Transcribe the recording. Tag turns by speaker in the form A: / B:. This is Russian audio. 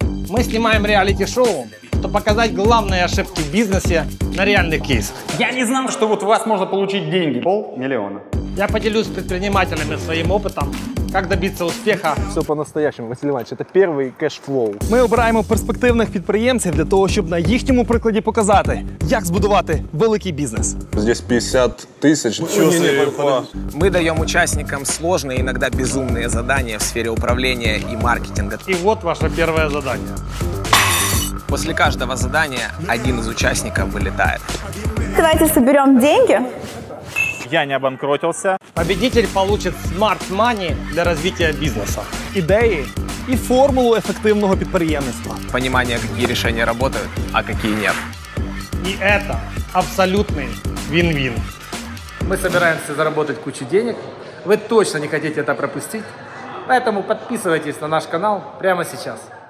A: мы снимаем реалити-шоу, то показать главные ошибки в бизнесе на реальных кейсах.
B: Я не знал, что вот у вас можно получить деньги.
C: Полмиллиона.
A: Я поделюсь с предпринимателями своим опытом, как добиться успеха.
D: Все по-настоящему, Василий Іванович, це перший кешфлоу.
E: Ми обираємо перспективних підприємців для того, щоб на їхньому прикладі показати, як збудувати великий бізнес.
F: Здесь 50 тысяч.
G: Мы даем участникам сложные, иногда безумные задания в сфере управления и маркетинга.
A: И вот ваше первое задание.
G: После каждого задания один из участников вылетает.
H: Давайте соберем деньги.
B: Я не обанкротился.
A: Победитель получит Smart Money для развития бизнеса.
E: Ідеї і формулу ефективного підприємництва.
G: Понимание, какие решения работают, а какие нет.
A: И это абсолютный вин-вин.
I: Мы собираемся заработать кучу денег. Вы точно не хотите это пропустить. Поэтому подписывайтесь на наш канал прямо сейчас.